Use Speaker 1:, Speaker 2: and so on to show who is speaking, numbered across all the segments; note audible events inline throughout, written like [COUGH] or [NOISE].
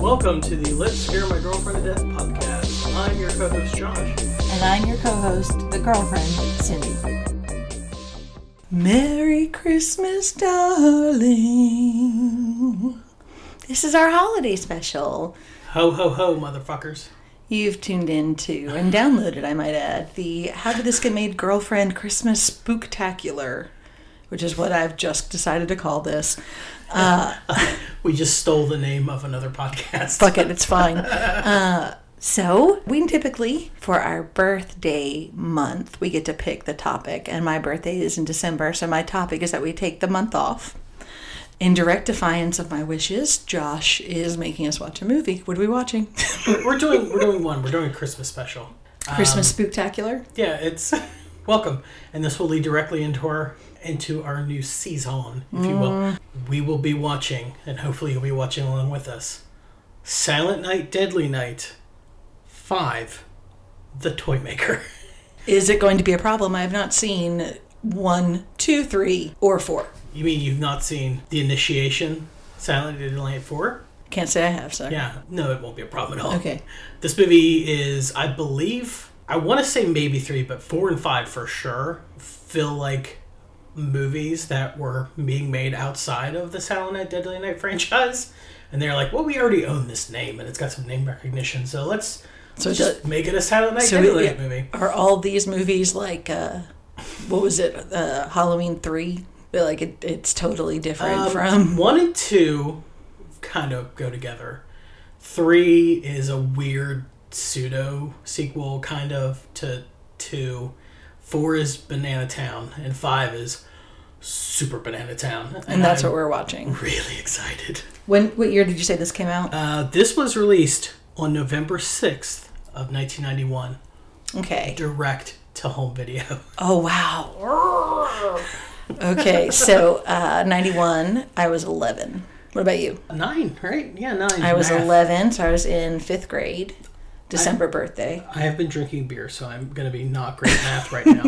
Speaker 1: Welcome to the Let's Scare My Girlfriend to Death podcast. I'm your co host, Josh.
Speaker 2: And I'm your co host, the girlfriend, Cindy. Merry Christmas, darling. This is our holiday special.
Speaker 1: Ho, ho, ho, motherfuckers.
Speaker 2: You've tuned in to and downloaded, I might add, the How Did This Get Made Girlfriend Christmas Spooktacular, which is what I've just decided to call this.
Speaker 1: We just stole the name of another podcast.
Speaker 2: Fuck it, it's fine. Uh, so, we typically, for our birthday month, we get to pick the topic. And my birthday is in December, so my topic is that we take the month off. In direct defiance of my wishes, Josh is making us watch a movie. What are we watching?
Speaker 1: [LAUGHS]
Speaker 2: [LAUGHS]
Speaker 1: We're, we're doing we're doing one. We're doing a Christmas special.
Speaker 2: Christmas Spooktacular?
Speaker 1: Yeah, it's [LAUGHS] welcome, and this will lead directly into our into our new season, if you will. We will be watching, and hopefully you'll be watching along with us. Silent Night, Deadly Night, Five, The Toy Maker. [LAUGHS]
Speaker 2: Is it going to be a problem? I have not seen one, two, three, or four.
Speaker 1: You mean you've not seen The Initiation, Silent Night, Deadly Night Four?
Speaker 2: Can't say I have, so.
Speaker 1: Yeah, no, it won't be a problem at all.
Speaker 2: Okay.
Speaker 1: This movie is, I believe, I want to say maybe three, but four and five for sure feel like movies that were being made outside of the Silent Night Deadly Night franchise. And they're like, well, we already own this name and it's got some name recognition, so let's
Speaker 2: So it
Speaker 1: just make it a Silent Night
Speaker 2: So
Speaker 1: Deadly
Speaker 2: yeah,
Speaker 1: Night movie.
Speaker 2: are all these movies like uh, what was it uh, Halloween three? They're like it, it's totally different
Speaker 1: Um,
Speaker 2: from
Speaker 1: One and two kind of go together. Three is a weird pseudo sequel, kind of, to two. Four is Banana Town, and five is Super Banana Town.
Speaker 2: and that's
Speaker 1: I'm
Speaker 2: what we're watching.
Speaker 1: really excited.
Speaker 2: When what year did you say this came out?
Speaker 1: Uh, this was released on November 6th of 1991,
Speaker 2: Okay.
Speaker 1: direct to home video. [LAUGHS]
Speaker 2: Oh wow. okay, so uh, ninety one. I was eleven. What about you?
Speaker 1: Nine, right? Yeah, nine.
Speaker 2: I was
Speaker 1: Math.
Speaker 2: eleven, so I was in fifth grade. December birthday.
Speaker 1: I have been drinking beer, so I'm going to be not great at math right
Speaker 2: [LAUGHS]
Speaker 1: now.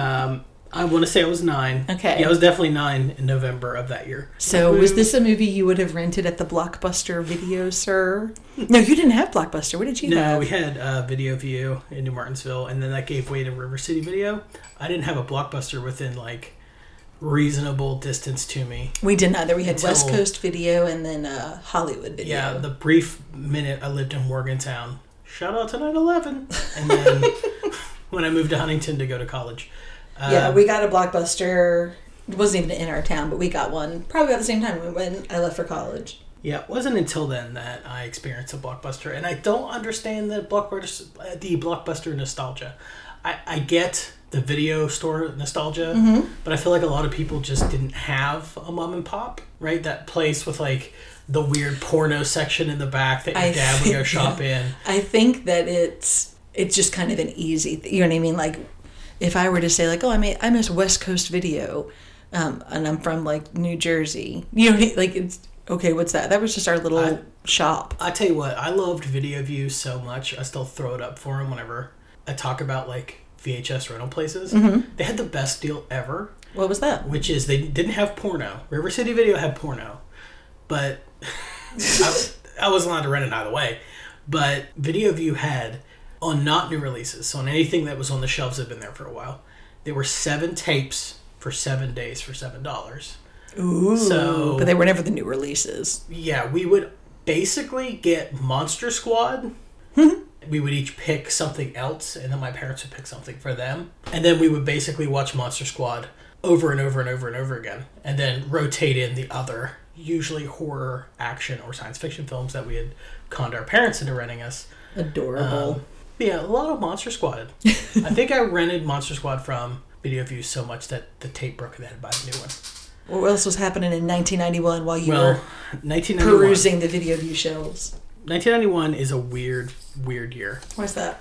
Speaker 1: um, I want to say I was nine.
Speaker 2: Okay.
Speaker 1: Yeah, I was definitely nine in November of that year.
Speaker 2: So was this a movie you would have rented at the Blockbuster video,
Speaker 1: [LAUGHS]
Speaker 2: sir? No, you didn't have Blockbuster. What did you
Speaker 1: No,
Speaker 2: have?
Speaker 1: we had uh, Video View in New Martinsville, and then that gave way to River City Video. I didn't have a blockbuster within like reasonable distance to me.
Speaker 2: We didn't either. We had West
Speaker 1: Until-
Speaker 2: Coast Video and then uh, Hollywood Video.
Speaker 1: Yeah, the brief minute I lived in Morgantown, shout out to 9/11, and
Speaker 2: [LAUGHS]
Speaker 1: then [LAUGHS] when I moved to Huntington to go to college. Uh,
Speaker 2: yeah, we got a blockbuster. It wasn't even in our town, but we got one probably about the same time when- when I left for college.
Speaker 1: Yeah, it wasn't until then that I experienced a blockbuster, and I don't understand the blockbuster, uh, the blockbuster nostalgia. I, I get the video store nostalgia, but I feel like a lot of people just didn't have a mom and pop, right? That place with like the weird porno section in the back that your
Speaker 2: I
Speaker 1: dad would go
Speaker 2: think-
Speaker 1: shop in.
Speaker 2: I think that it's it's just kind of an easy. Th- you know what I mean? Like, if I were to say like, oh, I may, I miss West Coast Video, um, and I'm from like New Jersey. You know, what I mean? like it's okay. What's that? That was just our little
Speaker 1: I-
Speaker 2: shop.
Speaker 1: I tell you what, I loved Video View so much. I still throw it up for him whenever I talk about like VHS rental places. They had the best deal ever.
Speaker 2: What was that?
Speaker 1: which is they didn't have porno. River City Video had porno,
Speaker 2: [LAUGHS]
Speaker 1: but I, I wasn't allowed to rent it either way. But Video View had on not new releases, so on anything that was on the shelves that had been there for a while. There were seven tapes for seven days for seven dollars.
Speaker 2: Ooh,
Speaker 1: So-
Speaker 2: but they were never the new releases.
Speaker 1: Yeah, we would basically get Monster Squad. we would each pick something else, and then my parents would pick something for them. And then we would basically watch Monster Squad over and over and over and over again, and then rotate in the other, usually horror, action, or science fiction films that we had conned our parents into renting us.
Speaker 2: Adorable.
Speaker 1: Um, Yeah, a lot of Monster Squad. I think I rented Monster Squad from Video View so much that the tape broke and I had to buy a new one.
Speaker 2: What else was happening in 1991 while you
Speaker 1: Well,
Speaker 2: were
Speaker 1: 1991.
Speaker 2: perusing the video view shelves?
Speaker 1: 1991 is a weird, weird year.
Speaker 2: Where's that?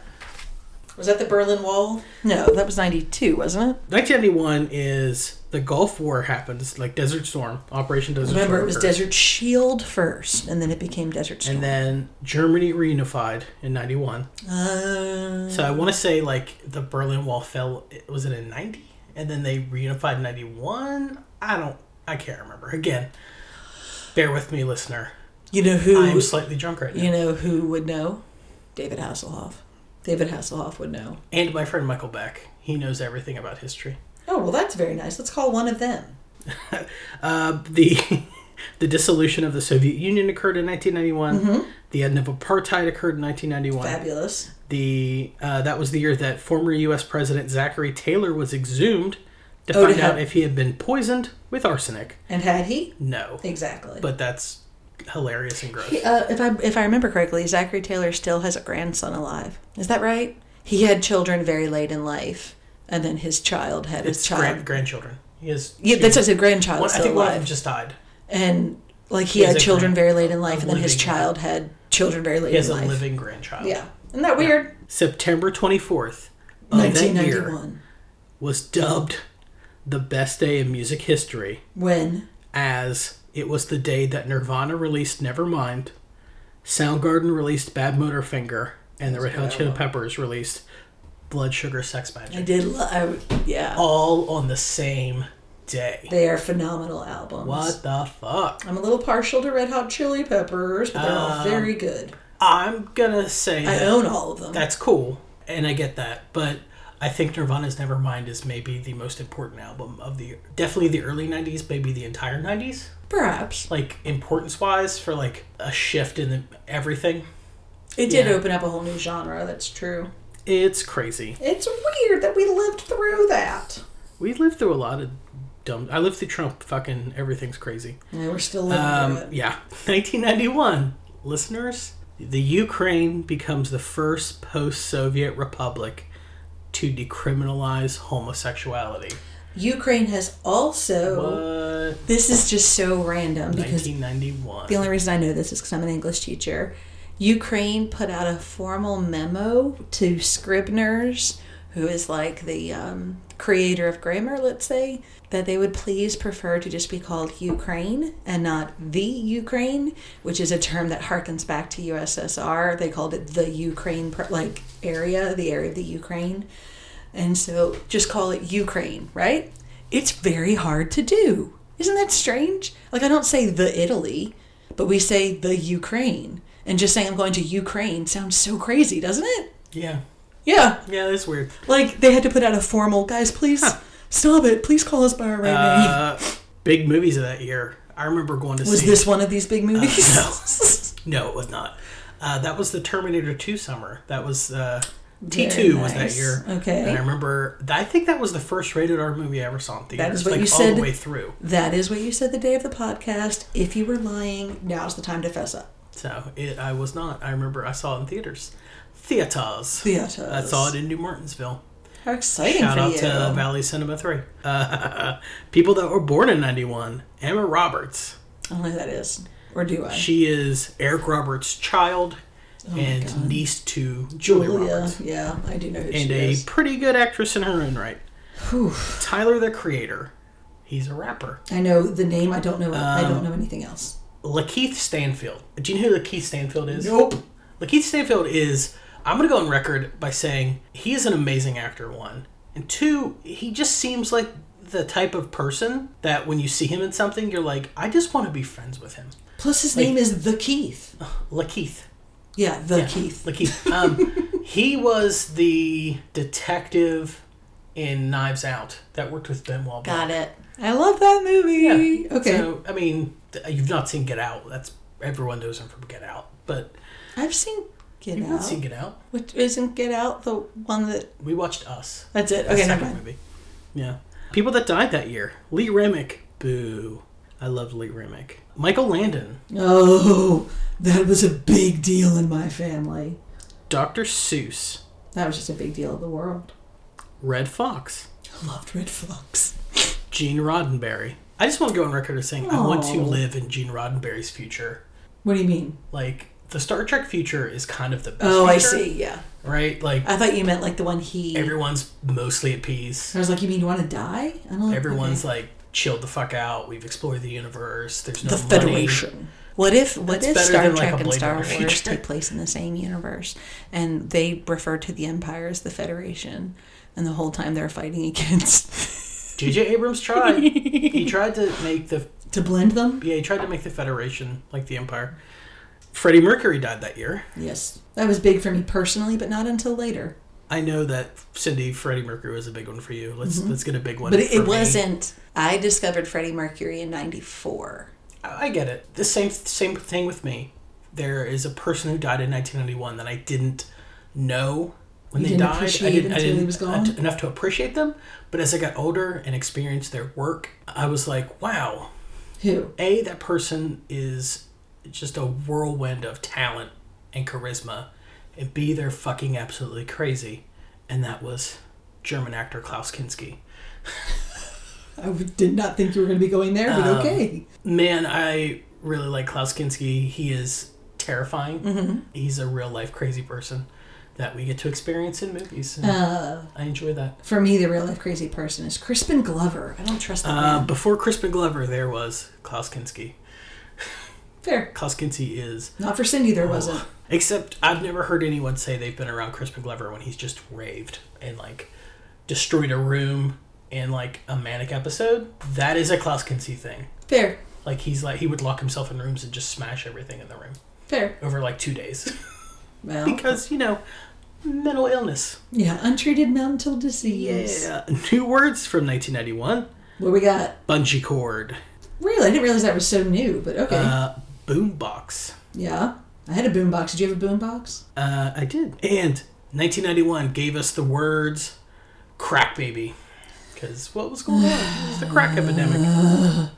Speaker 2: Was that the Berlin Wall? No, that was 92, wasn't it?
Speaker 1: 1991 is the Gulf War happens, like Desert Storm, Operation Desert
Speaker 2: Remember,
Speaker 1: Storm.
Speaker 2: it was
Speaker 1: occurs.
Speaker 2: Desert Shield first, and then it became Desert Storm.
Speaker 1: And then Germany reunified in 91.
Speaker 2: Uh,
Speaker 1: So I want to say, like, the Berlin Wall fell, it- was it in 90? And then they reunified in 91? I don't, I can't remember. Again, bear with me, listener.
Speaker 2: You know who?
Speaker 1: I'm slightly drunk right now.
Speaker 2: you know who would know? David Hasselhoff. David Hasselhoff would know.
Speaker 1: And my friend Michael Beck. He knows everything about history.
Speaker 2: Oh well, that's very nice. Let's call one of them.
Speaker 1: Uh, the [LAUGHS] the dissolution of the Soviet Union occurred in 1991. The end of apartheid occurred in 1991.
Speaker 2: Mm-hmm. Fabulous.
Speaker 1: The uh, that was the year that former U.S. President Zachary Taylor was exhumed to
Speaker 2: Oh, to
Speaker 1: find out
Speaker 2: have-
Speaker 1: if he had been poisoned with arsenic.
Speaker 2: And had he?
Speaker 1: No,
Speaker 2: Exactly.
Speaker 1: but that's hilarious and gross.
Speaker 2: Uh, if I if I remember correctly, Zachary Taylor still has a grandson alive. Is that right? He had children very late in life, and then his child had his
Speaker 1: It's
Speaker 2: child.
Speaker 1: grand, grandchildren. He has
Speaker 2: yeah,
Speaker 1: two-
Speaker 2: that's just a grandchild
Speaker 1: one, I
Speaker 2: still
Speaker 1: think one of
Speaker 2: alive.
Speaker 1: them just died.
Speaker 2: and like he
Speaker 1: He has
Speaker 2: had
Speaker 1: a
Speaker 2: children
Speaker 1: grand-
Speaker 2: very late in life, and then his
Speaker 1: living-
Speaker 2: child had children very late
Speaker 1: He has
Speaker 2: in
Speaker 1: a
Speaker 2: life.
Speaker 1: living grandchild.
Speaker 2: Yeah, isn't that weird?
Speaker 1: September 24th of Oh, that year
Speaker 2: 1991.
Speaker 1: was dubbed the best day in music history
Speaker 2: When
Speaker 1: as it was the day that Nirvana released Nevermind, Soundgarden released Bad Motorfinger, and the Red Hot Chili Peppers released Blood Sugar Sex
Speaker 2: I
Speaker 1: Magic.
Speaker 2: did, lo- I,
Speaker 1: Oh.
Speaker 2: yeah,
Speaker 1: All on the same day.
Speaker 2: they are phenomenal albums.
Speaker 1: What the fuck?
Speaker 2: I'm a little partial to Red Hot Chili Peppers, but they're
Speaker 1: Um,
Speaker 2: all very good.
Speaker 1: I'm gonna say
Speaker 2: I
Speaker 1: that
Speaker 2: own all of them.
Speaker 1: that's cool, and I get that, but I think Nirvana's Nevermind is maybe the most important album of the definitely the early '90s, maybe the entire '90s,
Speaker 2: Perhaps
Speaker 1: like importance-wise for like a shift in the, everything.
Speaker 2: it did
Speaker 1: Yeah.
Speaker 2: open up a whole new genre. That's true.
Speaker 1: It's crazy.
Speaker 2: It's weird that we lived through that.
Speaker 1: We lived through a lot of dumb. I lived through Trump. Fucking everything's crazy.
Speaker 2: And we're still living
Speaker 1: Um,
Speaker 2: through it.
Speaker 1: yeah, [LAUGHS] 1991. Listeners, the Ukraine becomes the first post-Soviet republic to decriminalize homosexuality.
Speaker 2: Ukraine has also.
Speaker 1: What?
Speaker 2: This is just so random Oh. because
Speaker 1: 1991.
Speaker 2: the only reason I know this is because I'm an English teacher. Ukraine put out a formal memo to Scribners, who is like the um, creator of grammar, let's say, that they would please prefer to just be called Ukraine and not the Ukraine, which is a term that harkens back to USSR. They called it the Ukraine, pr- like area, the area of the Ukraine. And so just call it Ukraine, right? It's very hard to do. Isn't that strange? Like, I don't say the Italy, but we say the Ukraine. And just saying I'm going to Ukraine sounds so crazy, doesn't it?
Speaker 1: Yeah,
Speaker 2: Yeah.
Speaker 1: yeah, that's weird.
Speaker 2: Like, they had to put out a formal, guys, please stop it. Please call us by our right name.
Speaker 1: Uh, big movies of that year. I remember going to
Speaker 2: Was
Speaker 1: see. Uh,
Speaker 2: this one of these big movies? [LAUGHS]
Speaker 1: No, it was not. Uh, that was the Terminator 2 summer. That was uh,
Speaker 2: Very
Speaker 1: T2 was that
Speaker 2: nice. Uh,
Speaker 1: year.
Speaker 2: Okay.
Speaker 1: And I remember, I think that was the first rated R movie I ever saw in theaters.
Speaker 2: is what
Speaker 1: like
Speaker 2: you
Speaker 1: all
Speaker 2: said.
Speaker 1: the way through.
Speaker 2: that is what you said the day of the podcast. If you were lying, now's the time to fess up.
Speaker 1: So it, I was not. I remember I saw it in theaters. Theaters.
Speaker 2: Theater.
Speaker 1: I saw it in New Martinsville.
Speaker 2: How exciting
Speaker 1: Shout
Speaker 2: for
Speaker 1: out
Speaker 2: you.
Speaker 1: to Valley Cinema 3. Uh, [LAUGHS] people that were born in 91. Emma Roberts.
Speaker 2: I don't know who that is. Or do I?
Speaker 1: She is Eric Roberts' child and niece to Julia,
Speaker 2: Oh Julia.
Speaker 1: Roberts,
Speaker 2: Yeah, I do know who
Speaker 1: and
Speaker 2: she
Speaker 1: a
Speaker 2: is.
Speaker 1: pretty good actress in her own right. Tyler the Creator, he's a rapper.
Speaker 2: I know the name. I don't know. I
Speaker 1: Um,
Speaker 2: don't know anything else.
Speaker 1: Lakeith Stanfield. Do you know who Lakeith Stanfield is?
Speaker 2: Nope.
Speaker 1: Lakeith Stanfield is. I'm gonna go on record by saying he is an amazing actor. One and two, he just seems like the type of person that when you see him in something, you're like, I just want to be friends with him.
Speaker 2: Plus, his name is the Keith.
Speaker 1: Lakeith.
Speaker 2: Yeah, the Keith.
Speaker 1: Lakeith. Um, he was the detective in Knives Out that worked with Benoit. Blanc.
Speaker 2: Got it. I love that movie. Okay,
Speaker 1: So I mean, th- you've not seen Get Out. That's everyone knows him from Get Out, but
Speaker 2: I've seen Get
Speaker 1: you've
Speaker 2: Out.
Speaker 1: not seen Get Out.
Speaker 2: Which isn't Get Out the one that?
Speaker 1: We watched Us.
Speaker 2: That's it.
Speaker 1: the
Speaker 2: Okay, never
Speaker 1: second
Speaker 2: mind.
Speaker 1: movie. Yeah. People that died that year. Lee Remick. Boo. I love Lee Remick. Michael Landon.
Speaker 2: Oh, that was a big deal in my family.
Speaker 1: Dr. Seuss.
Speaker 2: That was just a big deal in the world.
Speaker 1: Red Fox.
Speaker 2: I loved Red Fox.
Speaker 1: Gene Roddenberry. I just want to go on record as saying I want to
Speaker 2: Oh.
Speaker 1: live in Gene Roddenberry's future.
Speaker 2: What do you mean?
Speaker 1: like the Star Trek future is kind of the best.
Speaker 2: Oh, I
Speaker 1: future,
Speaker 2: see. Yeah,
Speaker 1: Right, like
Speaker 2: I thought you meant like the one he.
Speaker 1: everyone's mostly at peace.
Speaker 2: I was like, you mean you want to die? I don't.
Speaker 1: Everyone's
Speaker 2: okay.
Speaker 1: like chilled the fuck out. We've explored the universe. There's no
Speaker 2: the
Speaker 1: money.
Speaker 2: Federation. What if what
Speaker 1: That's
Speaker 2: if
Speaker 1: better
Speaker 2: Star
Speaker 1: than, like,
Speaker 2: Trek
Speaker 1: a
Speaker 2: and
Speaker 1: Blade
Speaker 2: Star
Speaker 1: Runner
Speaker 2: Wars
Speaker 1: future.
Speaker 2: take place in the same universe, and they refer to the Empire as the Federation, and the whole time they're fighting [LAUGHS] against? [LAUGHS]
Speaker 1: J.J. Abrams tried. he tried to make the
Speaker 2: To blend them?
Speaker 1: Yeah, he tried to make the Federation like the Empire. Freddie Mercury died that year.
Speaker 2: Yes. That was big for me personally, but not until later.
Speaker 1: I know that Cindy Freddie Mercury was a big one for you. Let's let's get a big one.
Speaker 2: Mm-hmm. But it,
Speaker 1: for
Speaker 2: it
Speaker 1: me.
Speaker 2: wasn't. I discovered Freddie Mercury in 94.
Speaker 1: I I get it. The same same thing with me. There is a person who died in 1991 that I didn't know when
Speaker 2: You
Speaker 1: they
Speaker 2: didn't
Speaker 1: died.
Speaker 2: appreciate
Speaker 1: I didn't, I
Speaker 2: until he
Speaker 1: didn't
Speaker 2: was gone?
Speaker 1: en- enough to appreciate them. But as I got older and experienced their work, I was like, wow.
Speaker 2: Who?
Speaker 1: A that person is just a whirlwind of talent and charisma, and B they're fucking absolutely crazy, and that was German actor Klaus Kinski.
Speaker 2: I w- did not think you were going to be going there,
Speaker 1: Um,
Speaker 2: but okay.
Speaker 1: Man, I really like Klaus Kinski. He is terrifying.
Speaker 2: Mm-hmm.
Speaker 1: He's a real life crazy person that we get to experience in movies.
Speaker 2: Uh.
Speaker 1: and I enjoy that.
Speaker 2: For me, the real life crazy person is Crispin Glover. I don't trust that
Speaker 1: Uh,
Speaker 2: man.
Speaker 1: before Crispin Glover, there was Klaus Kinski.
Speaker 2: Fair.
Speaker 1: Klaus Kinski is.
Speaker 2: Not for Cindy,
Speaker 1: Oh.
Speaker 2: there wasn't.
Speaker 1: Except I've never heard anyone say they've been around Crispin Glover when he's just raved and like destroyed a room in like a manic episode. That is a Klaus Kinski thing.
Speaker 2: Fair.
Speaker 1: Like he's like he would lock himself in rooms and just smash everything in the room
Speaker 2: Fair.
Speaker 1: over like two days. [LAUGHS]
Speaker 2: Well,
Speaker 1: because you know mental illness
Speaker 2: yeah, untreated mental disease.
Speaker 1: new words from 1991
Speaker 2: What we got?
Speaker 1: bungee cord
Speaker 2: Really? I didn't realize that was so new, but okay.
Speaker 1: uh, boombox
Speaker 2: yeah. I had a boombox. Did you have a boombox?
Speaker 1: uh, i did and 1991 gave us the words crack baby because what was going on it was the crack epidemic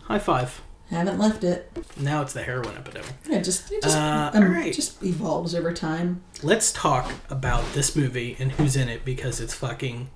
Speaker 1: high five
Speaker 2: Haven't left it.
Speaker 1: now it's the heroin epidemic
Speaker 2: It just it just,
Speaker 1: Uh,
Speaker 2: um,
Speaker 1: alright.
Speaker 2: just evolves over time.
Speaker 1: let's talk about this movie and who's in it because it's fucking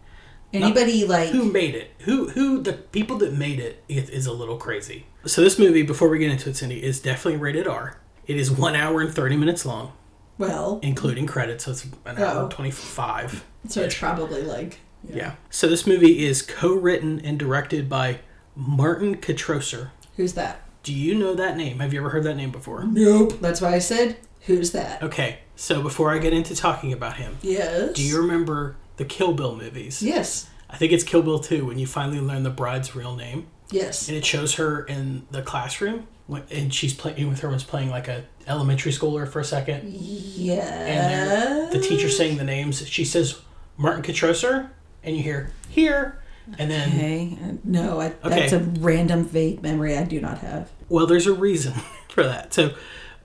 Speaker 2: Anybody like
Speaker 1: who made it who who the people that made it is, is a little crazy so this movie before we get into it cindy is definitely rated r it is one hour and 30 minutes long
Speaker 2: well,
Speaker 1: including credits so it's an hour
Speaker 2: Oh.
Speaker 1: and 25
Speaker 2: so it's probably like
Speaker 1: yeah. so this movie is co-written and directed by martin katroser
Speaker 2: who's that?
Speaker 1: do you know that name have you ever heard that name before
Speaker 2: Nope. That's why I said who's that?
Speaker 1: okay so before i get into talking about him
Speaker 2: Yes.
Speaker 1: do you remember the kill bill movies
Speaker 2: Yes.
Speaker 1: i think it's kill bill 2 when you finally learn the bride's real name
Speaker 2: Yes.
Speaker 1: and it shows her in the classroom when, and she's playing with her was playing like a elementary schooler for a second and
Speaker 2: Yeah.
Speaker 1: they're- the teacher saying the names she says martin Katroser, and you hear here and then
Speaker 2: Okay. uh, No, I, that's
Speaker 1: Okay.
Speaker 2: a random vague memory I do not have.
Speaker 1: well there's a reason [LAUGHS] for that so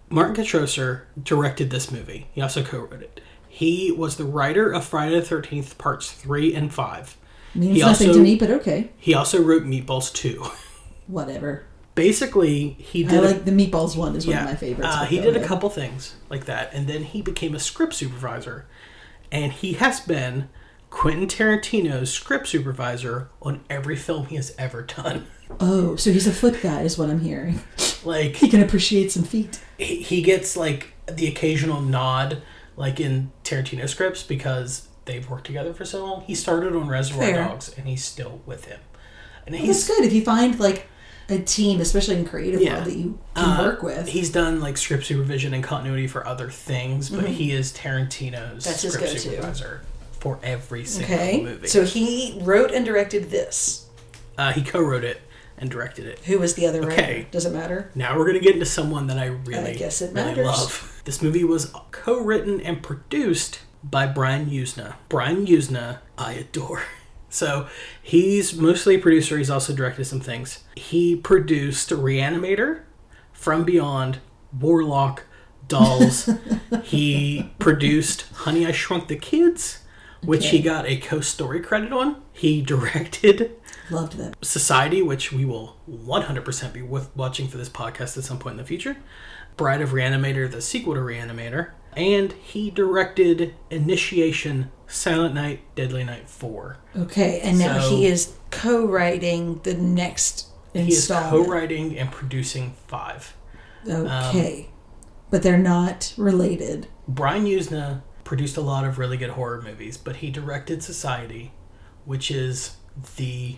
Speaker 1: martin Katroser directed this movie he also co-wrote it he was the writer of friday the 13th parts 3 and 5
Speaker 2: Means
Speaker 1: He
Speaker 2: nothing
Speaker 1: also-
Speaker 2: to me, but okay.
Speaker 1: he also wrote meatballs 2
Speaker 2: Whatever.
Speaker 1: [LAUGHS] basically he
Speaker 2: I
Speaker 1: did a
Speaker 2: like the meatballs one is one of my favorites.
Speaker 1: Uh,
Speaker 2: but
Speaker 1: he
Speaker 2: go
Speaker 1: did a
Speaker 2: ahead.
Speaker 1: couple things like that, and then he became a script supervisor, and he has been Quentin Tarantino's script supervisor on every film he has ever done. [LAUGHS]
Speaker 2: Oh, so he's a foot guy, is what I'm hearing. [LAUGHS]
Speaker 1: Like
Speaker 2: He can appreciate some feet.
Speaker 1: he he gets like the occasional nod, like in Tarantino scripts, because they've worked together for so long. He started on Reservoir
Speaker 2: Fair.
Speaker 1: Dogs, and he's still with him, and
Speaker 2: It's
Speaker 1: he's
Speaker 2: good if you find like a team, especially in creative
Speaker 1: Yeah.
Speaker 2: world, that you can
Speaker 1: Uh,
Speaker 2: work with.
Speaker 1: He's done like script supervision and continuity for other things, but he is Tarantino's
Speaker 2: Mm-hmm. That's his
Speaker 1: script
Speaker 2: go-to.
Speaker 1: supervisor for every single
Speaker 2: okay,
Speaker 1: movie.
Speaker 2: so he wrote and directed this.
Speaker 1: uh, he co-wrote it and directed it.
Speaker 2: Who was the other
Speaker 1: Okay.
Speaker 2: writer? Doesn't matter.
Speaker 1: Now we're gonna get into someone that I really,
Speaker 2: I guess it
Speaker 1: really
Speaker 2: matters.
Speaker 1: love. This movie was co-written and produced by Brian Usna. Brian Usna, I adore. [LAUGHS] So he's mostly a producer. He's also directed some things. He produced Reanimator, From Beyond, Warlock,
Speaker 2: [LAUGHS]
Speaker 1: Dolls. he produced Honey, I Shrunk the Kids, which he
Speaker 2: Okay.
Speaker 1: got a co-story credit on. He [LAUGHS] directed
Speaker 2: Loved them.
Speaker 1: Society, which we will 100% be with watching for this podcast at some point in the future, Bride of Reanimator, the sequel to Reanimator, and he directed Initiation, Silent Night, Deadly Night 4.
Speaker 2: Okay, and now
Speaker 1: So-
Speaker 2: he is co-writing the next
Speaker 1: He is co
Speaker 2: installment.
Speaker 1: writing and producing 5.
Speaker 2: okay,
Speaker 1: Um,
Speaker 2: but they're not related.
Speaker 1: Brian Usna produced a lot of really good horror movies, but he directed Society, which is the,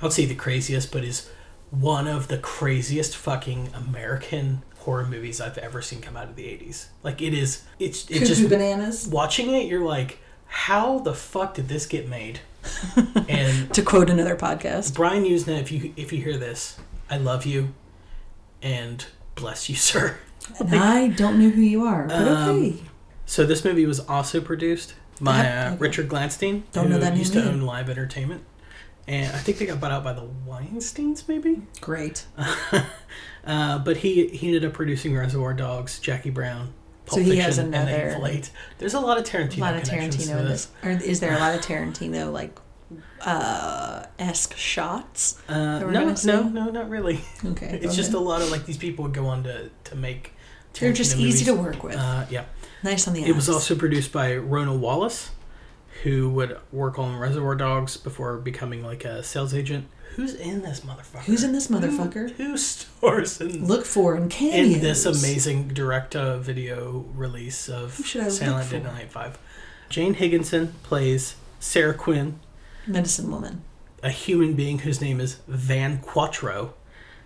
Speaker 1: I would say the craziest, but is one of the craziest fucking American horror movies I've ever seen come out of the 80s. Like, it is, it's, it
Speaker 2: Cuckoo
Speaker 1: just,
Speaker 2: bananas.
Speaker 1: watching it, you're like, how the fuck did this get made? and
Speaker 2: To quote another podcast.
Speaker 1: Brian Usna, if you, if you hear this, I love you. and bless you, [LAUGHS] sir.
Speaker 3: And I don't know who you are, but okay.
Speaker 1: So this movie was also produced by
Speaker 3: Yep,
Speaker 1: uh,
Speaker 3: okay.
Speaker 1: Richard Gladstein,
Speaker 3: Don't
Speaker 1: who
Speaker 3: know that
Speaker 1: used
Speaker 3: name
Speaker 1: to
Speaker 3: either.
Speaker 1: own Live Entertainment, and I think they got bought out by the Weinsteins, maybe.
Speaker 3: Great.
Speaker 1: Uh, but he he ended up producing Reservoir Dogs, Jackie Brown, Pulp
Speaker 2: So he has
Speaker 1: Fiction, and
Speaker 2: another-
Speaker 1: then Inflate. There's a lot of Tarantino.
Speaker 2: a lot of
Speaker 1: connections
Speaker 2: Tarantino
Speaker 1: to
Speaker 2: in
Speaker 1: this.
Speaker 2: this. Or is there a lot of Tarantino like uh esque shots?
Speaker 1: Uh,
Speaker 2: that we're
Speaker 1: no,
Speaker 2: gonna see?
Speaker 1: no, no, not really.
Speaker 3: Okay. go
Speaker 1: it's just a
Speaker 3: ahead.
Speaker 1: lot of like these people would go on to to make.
Speaker 2: They're just
Speaker 1: Tarantino
Speaker 2: easy to
Speaker 1: movies.
Speaker 2: work with.
Speaker 1: Uh, yeah.
Speaker 2: nice on the eyes.
Speaker 1: It was also produced by Rona Wallace, who would work on Reservoir Dogs before becoming like a sales agent. Who's in this motherfucker?
Speaker 3: Who's in this motherfucker?
Speaker 1: [LAUGHS] Who stars in,
Speaker 3: Look for in cameos.
Speaker 1: in this amazing direct-to-video release of
Speaker 3: Who should I look
Speaker 1: Silent Night
Speaker 3: for?
Speaker 1: 95? Jane Higginson plays Sarah Quinn,
Speaker 2: medicine woman.
Speaker 1: a human being whose name is Van Quattro.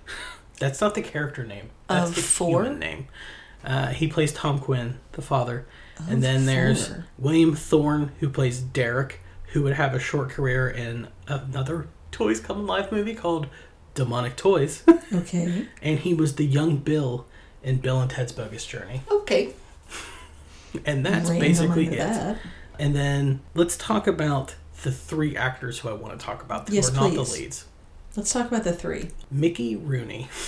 Speaker 1: [LAUGHS] That's not the character name. That's
Speaker 2: Of
Speaker 1: the
Speaker 2: four?
Speaker 1: human name. Uh, he plays Tom Quinn, the father,
Speaker 3: Of
Speaker 2: Oh,
Speaker 1: and then there's
Speaker 3: four.
Speaker 1: William Thorne, who plays Derek, who would have a short career in another Toys Come Alive movie called
Speaker 3: [LAUGHS]
Speaker 1: Demonic Toys,
Speaker 3: Okay.
Speaker 1: and he was the young Bill in Bill and Ted's Bogus Journey,
Speaker 2: Okay.
Speaker 1: and that's
Speaker 3: Random
Speaker 1: basically
Speaker 3: under
Speaker 1: it.
Speaker 3: that.
Speaker 1: And then let's talk about the three actors who I want to talk about who
Speaker 3: Yes,
Speaker 1: are not the
Speaker 3: please.
Speaker 1: leads.
Speaker 3: Let's talk about the three.
Speaker 1: Mickey Rooney. [LAUGHS]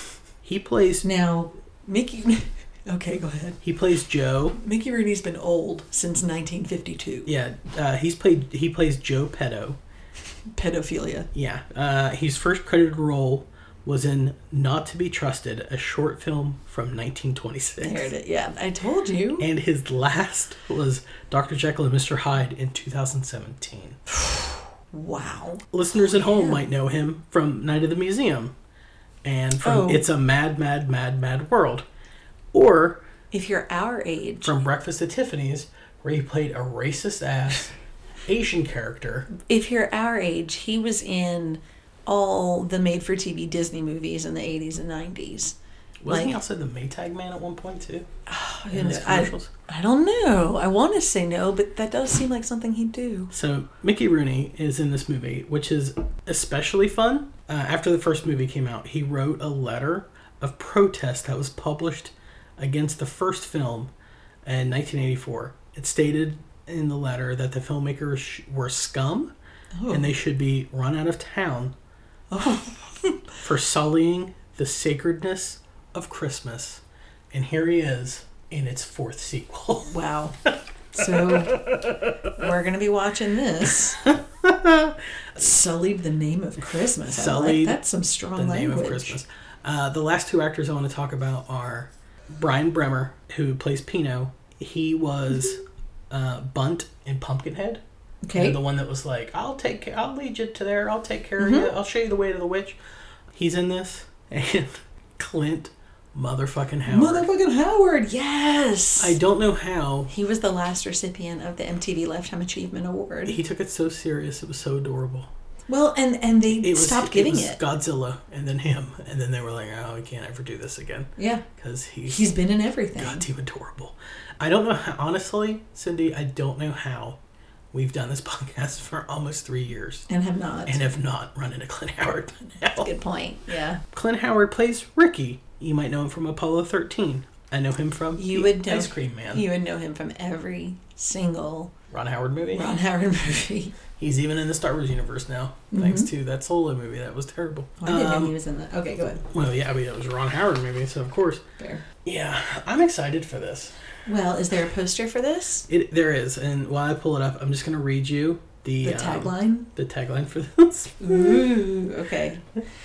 Speaker 1: He plays
Speaker 3: Now,
Speaker 2: [LAUGHS]
Speaker 3: Mickey. Okay, go ahead.
Speaker 1: he plays Joe.
Speaker 2: Mickey Rooney's been old since 1952.
Speaker 1: Yeah, uh, he's played he plays Joe Petto.
Speaker 2: Pedophilia.
Speaker 1: Yeah, uh, his first credited role was in Not to Be Trusted, a short film from 1926.
Speaker 2: There it is. Yeah, I told you.
Speaker 1: And his last was Dr. Jekyll and Mr. Hyde in 2017.
Speaker 2: Wow.
Speaker 1: Listeners at home might know him from Night of the Museum and from
Speaker 2: Oh.
Speaker 1: It's a Mad, Mad, Mad, Mad World. Or
Speaker 2: If you're our age,
Speaker 1: from Breakfast at Tiffany's, where he played a racist ass Asian character.
Speaker 2: if you're our age, he was in all the made-for-TV Disney movies in the 80s and 90s.
Speaker 1: Wasn't he
Speaker 2: Like-
Speaker 1: also the Maytag man at one point too?
Speaker 2: Oh,
Speaker 1: In his
Speaker 2: goodness, I,
Speaker 1: commercials.
Speaker 2: I don't know. I want to say no, but that does seem like something he'd do.
Speaker 1: So Mickey Rooney is in this movie, which is especially fun. Uh, after the first movie came out, he wrote a letter of protest that was published against the first film in 1984. It stated in the letter that the filmmakers sh- were scum and they should be run out of town [LAUGHS] for sullying the sacredness of Christmas. And here he is in its fourth sequel. [LAUGHS]
Speaker 2: Wow. So we're gonna be
Speaker 1: [LAUGHS]
Speaker 2: watching this.
Speaker 3: Sullied the name of Christmas. I like
Speaker 1: Sullied
Speaker 3: that's some strong
Speaker 1: the
Speaker 3: language.
Speaker 1: name of Christmas. Uh, the last two actors I want to talk about are Brian Bremer, who plays Pino. He was uh, Bunt in Pumpkinhead.
Speaker 3: Okay.
Speaker 1: The one that was like, "I'll take, ca- I'll lead you to there. I'll take care of you. I'll show you the way to the witch." He's in this, [LAUGHS] and Clint motherfucking Howard.
Speaker 3: Motherfucking Howard.
Speaker 2: Yes.
Speaker 1: I don't know how
Speaker 2: he was the last recipient of the MTV Lifetime Achievement Award.
Speaker 1: he took it so serious. It was so adorable.
Speaker 2: Well, and and they
Speaker 1: It was
Speaker 2: stopped giving
Speaker 1: was
Speaker 2: it.
Speaker 1: Godzilla, and then him, and then they were like, "Oh, we can't ever do this again,"
Speaker 3: Yeah.
Speaker 1: because
Speaker 3: He's been in everything.
Speaker 1: God damn adorable. I don't know how, honestly, Cindy, I don't know how we've done this [LAUGHS] podcast for almost three years
Speaker 3: And have not.
Speaker 1: and have not run into Clint Howard by now.
Speaker 2: Good point.
Speaker 3: yeah.
Speaker 1: Clint Howard plays Ricky. You might know him from Apollo 13. I know him from
Speaker 2: You
Speaker 1: the
Speaker 2: would know-
Speaker 1: Ice Cream Man,
Speaker 2: You would know him from every single
Speaker 1: Ron Howard movie.
Speaker 2: Ron Howard [LAUGHS] movie.
Speaker 1: He's even in the Star Wars universe now,
Speaker 2: Mm-hmm.
Speaker 1: thanks to that solo movie that was terrible.
Speaker 3: Oh, I didn't
Speaker 1: Um,
Speaker 3: know he was in that. Okay, go ahead.
Speaker 1: well, yeah, I mean, it was a Ron Howard movie, so of course.
Speaker 3: Fair.
Speaker 1: Yeah, I'm excited for this.
Speaker 2: Well, is there a poster for this?
Speaker 1: It, there is, and while I pull it up, I'm just going to read you the,
Speaker 3: The
Speaker 1: um,
Speaker 3: tagline.
Speaker 1: the tagline for [LAUGHS] this.
Speaker 2: Ooh, okay.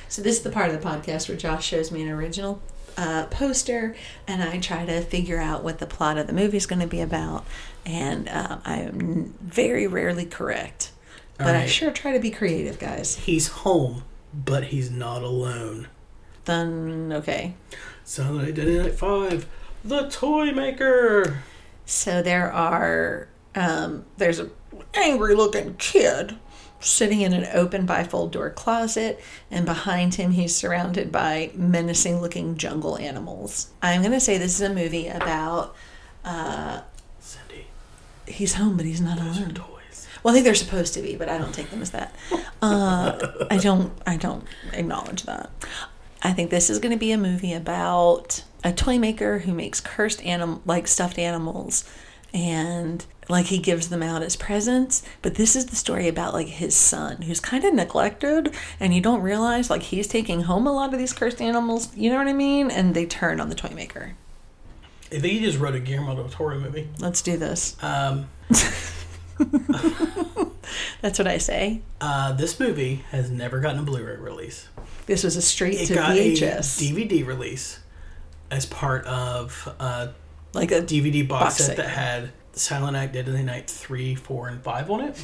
Speaker 2: So this is the part of the podcast where Josh shows me an original uh, poster, and I try to figure out what the plot of the movie is going to be about. And uh, I'm very rarely correct, but I
Speaker 1: Alright.
Speaker 2: sure try to be creative, guys.
Speaker 1: He's home, but he's not alone.
Speaker 2: Then okay.
Speaker 1: Saturday Night Five, The Toy Maker.
Speaker 2: So there are um, there's a angry looking kid sitting in an open bifold door closet, and behind him he's surrounded by menacing looking jungle animals. I'm gonna say this is a movie about uh,
Speaker 1: Cindy,
Speaker 2: he's home but he's not
Speaker 1: those are
Speaker 2: alone.
Speaker 1: toys.
Speaker 2: Well, I think they're supposed to be, but I don't take them as that. Uh, I don't I don't acknowledge that. I think this is going to be a movie about a toy maker who makes cursed animal like stuffed animals and like he gives them out as presents but this is the story about like his son who's kind of neglected and you don't realize like he's taking home a lot of these cursed animals you know what i mean and they turn on the toy maker
Speaker 1: I think he just wrote a Guillermo del Toro movie.
Speaker 2: let's do this
Speaker 1: Um,
Speaker 2: that's what i say
Speaker 1: uh, this movie has never gotten a Blu-ray release.
Speaker 3: This was a straight
Speaker 1: It
Speaker 3: to
Speaker 1: got
Speaker 3: VHS.
Speaker 1: a DVD release as part of a
Speaker 2: like a
Speaker 1: DVD box,
Speaker 2: Box
Speaker 1: set,
Speaker 2: set.
Speaker 1: that had Silent Night, Deadly Night three, four, and five on it.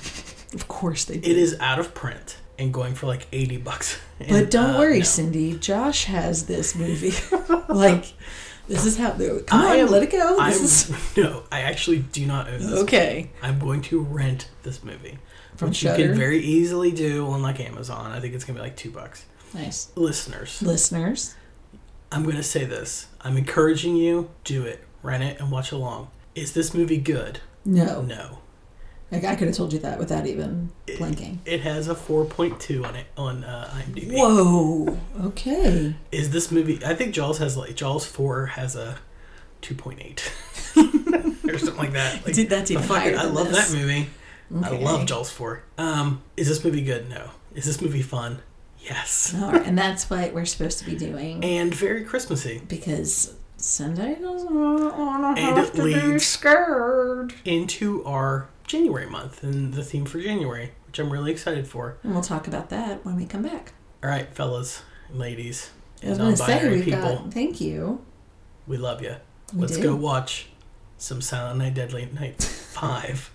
Speaker 3: of course they did.
Speaker 1: It is out of print and going for like eighty bucks.
Speaker 3: But
Speaker 1: And,
Speaker 3: don't
Speaker 1: uh,
Speaker 3: worry,
Speaker 1: no.
Speaker 3: Cindy. Josh has this movie. [LAUGHS] like, this is how. Come
Speaker 1: I
Speaker 3: on,
Speaker 1: am-
Speaker 3: let it go. [LAUGHS]
Speaker 1: I'm,
Speaker 3: This is
Speaker 1: [LAUGHS] No, I actually do not own [LAUGHS] this.
Speaker 3: okay.
Speaker 1: I'm going to rent this movie,
Speaker 3: From
Speaker 1: which you
Speaker 3: Shudder.
Speaker 1: can very easily do on like Amazon. I think it's gonna be like two bucks.
Speaker 3: Nice
Speaker 1: Listeners,
Speaker 3: listeners.
Speaker 1: I'm gonna say this. I'm encouraging you. Do it. Rent it and watch along. Is this movie good?
Speaker 3: No,
Speaker 1: No.
Speaker 3: like I could have told you that without even blinking.
Speaker 1: It has a 4.2 on it on uh, IMDb.
Speaker 3: Whoa. Okay.
Speaker 1: Is this movie? I think Jaws has like Jaws four has a 2.8 [LAUGHS] or something like that. Like,
Speaker 3: Dude, that's even
Speaker 1: fuck it,
Speaker 3: higher
Speaker 1: I
Speaker 3: than
Speaker 1: love
Speaker 3: this.
Speaker 1: that movie. I
Speaker 3: Okay.
Speaker 1: love Jaws four. Um, is this movie good? No. Is this movie fun? Yes.
Speaker 3: All right, and that's what we're supposed to be doing
Speaker 1: And very Christmassy.
Speaker 3: because Sunday doesn't want to
Speaker 1: And
Speaker 3: have
Speaker 1: it
Speaker 3: to be
Speaker 1: leads-
Speaker 3: scared.
Speaker 1: Into our January month and the theme for January, which I'm really excited for.
Speaker 3: And we'll talk about that when we come back.
Speaker 1: All right, fellas, ladies,
Speaker 3: I was
Speaker 1: and
Speaker 3: going to say
Speaker 1: non-binary
Speaker 3: we've
Speaker 1: people,
Speaker 3: got. Thank you.
Speaker 1: we love you.
Speaker 3: We
Speaker 1: Let's
Speaker 3: do.
Speaker 1: go watch some Silent Night, Deadly
Speaker 3: [LAUGHS]
Speaker 1: Night Five,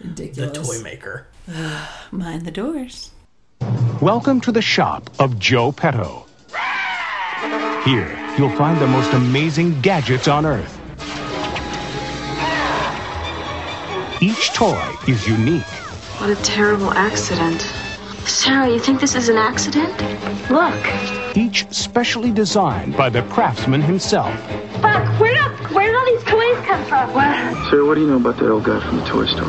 Speaker 1: The
Speaker 3: Ridiculous.
Speaker 1: Toy Maker.
Speaker 2: mind the doors
Speaker 4: Welcome to the shop of Joe Petto. Here, you'll find the most amazing gadgets on Earth. Each toy is unique.
Speaker 5: What a terrible accident.
Speaker 6: Sarah, you think this is an accident? Look.
Speaker 4: Each specially designed by the craftsman himself.
Speaker 6: Buck, where did, where did all these toys come from?
Speaker 7: Sarah, what do you know about that old guy from the toy store?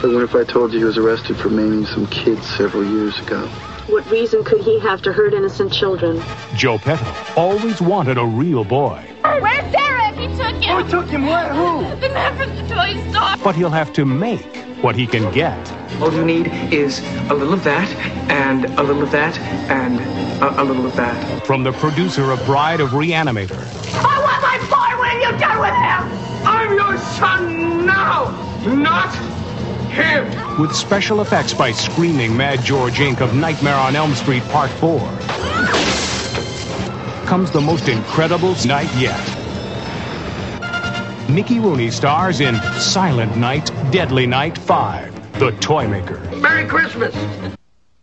Speaker 7: But what if I told you he was arrested for maiming some kids several years ago?
Speaker 5: What reason could he have to hurt innocent children?
Speaker 4: Joe Petto always wanted a real boy,
Speaker 8: Where's Derek? He took him. Who took him? What? Who? The man from the toy store.
Speaker 4: but he'll have to make what he can get.
Speaker 9: All you need is a little of that, and a little of that, and a, a little of that.
Speaker 4: From the producer of Bride of Reanimator
Speaker 8: I want my boy. What have you done with him? I'm your son now, not him.
Speaker 4: with special effects by Screaming Mad George Inc. of Nightmare on Elm Street Part 4. Comes the most incredible night yet. Mickey Rooney stars in Silent Night, Deadly Night 5, The Toymaker.
Speaker 8: Merry Christmas.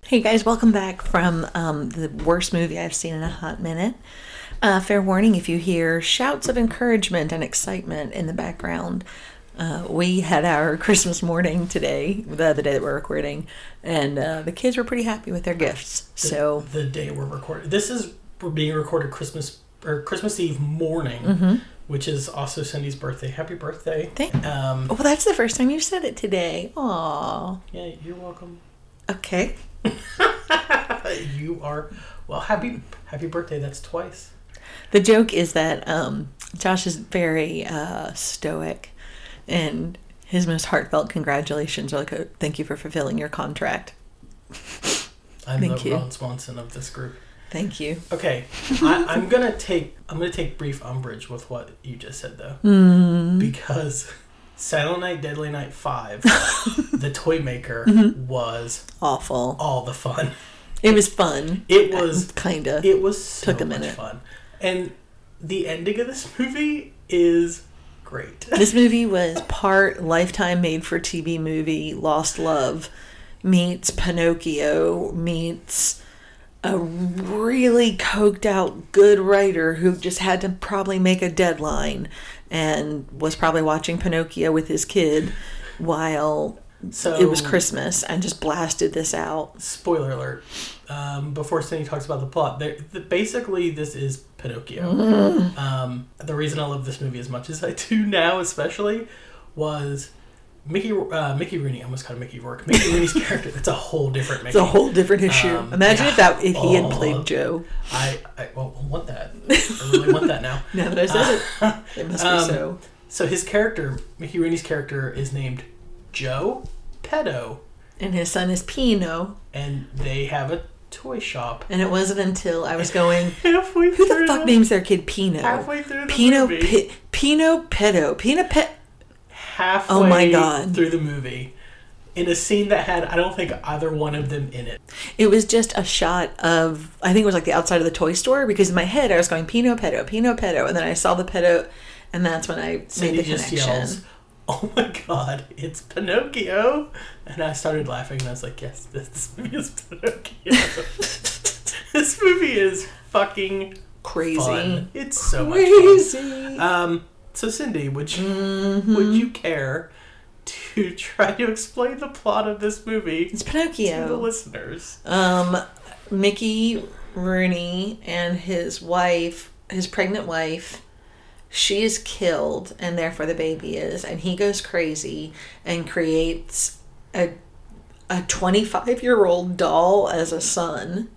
Speaker 2: Hey guys, welcome back from um, the worst movie I've seen in a hot minute. Uh, fair warning if you hear shouts of encouragement and excitement in the background. Uh, we had our [LAUGHS] Christmas morning today, the other day that we're recording, and uh, the kids were pretty happy with their gifts. So,
Speaker 1: the day we're recording. This is we're being recorded Christmas or Christmas Eve morning,
Speaker 3: Mm-hmm.
Speaker 1: which is also Cindy's birthday. Happy birthday!
Speaker 2: Thank- oh,
Speaker 1: Um,
Speaker 2: well, that's the first time you said it today. Aw.
Speaker 1: yeah, you're welcome.
Speaker 2: Okay.
Speaker 1: You are well. Happy happy birthday. That's twice.
Speaker 2: The joke is that um, Josh is very uh, stoic, and his most heartfelt congratulations are like, a, "Thank you for fulfilling your contract.
Speaker 1: I'm
Speaker 2: Thank
Speaker 1: the
Speaker 2: you.
Speaker 1: Ron Swanson of this group.
Speaker 2: Thank you."
Speaker 1: Okay,
Speaker 2: [LAUGHS]
Speaker 1: I, I'm gonna take I'm gonna take brief umbrage with what you just said though,
Speaker 2: Mm.
Speaker 1: because Silent Night, Deadly Night
Speaker 2: [LAUGHS]
Speaker 1: Five, the Toy Maker
Speaker 2: Mm-hmm.
Speaker 1: was
Speaker 2: Awful.
Speaker 1: all the fun.
Speaker 2: It was fun.
Speaker 1: It was
Speaker 2: [LAUGHS] kinda.
Speaker 1: It was so
Speaker 2: Took a
Speaker 1: much
Speaker 2: minute.
Speaker 1: fun. And the ending of this [LAUGHS] movie is great.
Speaker 2: this movie was part lifetime made for TV movie Lost Love meets Pinocchio meets a really coked out good writer who just had to probably make a deadline and was probably watching Pinocchio with his kid while
Speaker 1: So
Speaker 2: it was Christmas and just blasted this out.
Speaker 1: Spoiler alert. Um, before Cindy talks about the plot, there, the, basically this is Pinocchio.
Speaker 2: [LAUGHS]
Speaker 1: um, the reason I love this movie as much as I do now, especially, was Mickey uh, Mickey Rooney. I almost called him Mickey Rourke. Mickey
Speaker 2: [LAUGHS]
Speaker 1: Rooney's character. That's a whole different Mickey.
Speaker 2: It's a whole different issue.
Speaker 1: Um,
Speaker 2: Imagine if that if he had
Speaker 1: oh.
Speaker 2: played Joe.
Speaker 1: I I well, I want that. I really want that
Speaker 2: [LAUGHS]
Speaker 1: now.
Speaker 2: Now that I said it, it must be
Speaker 1: um,
Speaker 2: so.
Speaker 1: So his character, Mickey Rooney's character, is named Joe Pedo,
Speaker 2: And his son is Pino,
Speaker 1: and they have a toy shop.
Speaker 2: and it wasn't until I was
Speaker 1: [LAUGHS]
Speaker 2: going,
Speaker 1: Halfway
Speaker 2: who the fuck names their kid Pino?
Speaker 1: Halfway through the
Speaker 2: Pino,
Speaker 1: movie.
Speaker 2: Pi- Pino Pedo, Pino Pet.
Speaker 1: halfway
Speaker 2: Oh my God.
Speaker 1: through the movie in a scene that had I don't think either one of them in it.
Speaker 2: It was just a shot of I think it was like the outside of the toy store because in my head I was going Pino Pedo, Pino Pedo, and then I saw the pedo, and that's when I made
Speaker 1: And
Speaker 2: the
Speaker 1: he just
Speaker 2: connection.
Speaker 1: yells, "Oh my god, it's Pinocchio!" And I started laughing, and I was like, "Yes, this movie is
Speaker 2: [LAUGHS]
Speaker 1: Pinocchio. this movie is fucking
Speaker 2: Crazy.
Speaker 1: fun. It's so much
Speaker 2: Crazy.
Speaker 1: fun." Um, so Cindy, would you
Speaker 2: Mm-hmm.
Speaker 1: would you care to try to explain the plot of this movie
Speaker 2: It's
Speaker 1: to the
Speaker 2: Pinocchio.
Speaker 1: listeners?
Speaker 2: Um, Mickey Rooney and his wife, his pregnant wife, she is killed, and therefore the baby is, and he goes crazy and creates a a 25 year old doll as a son,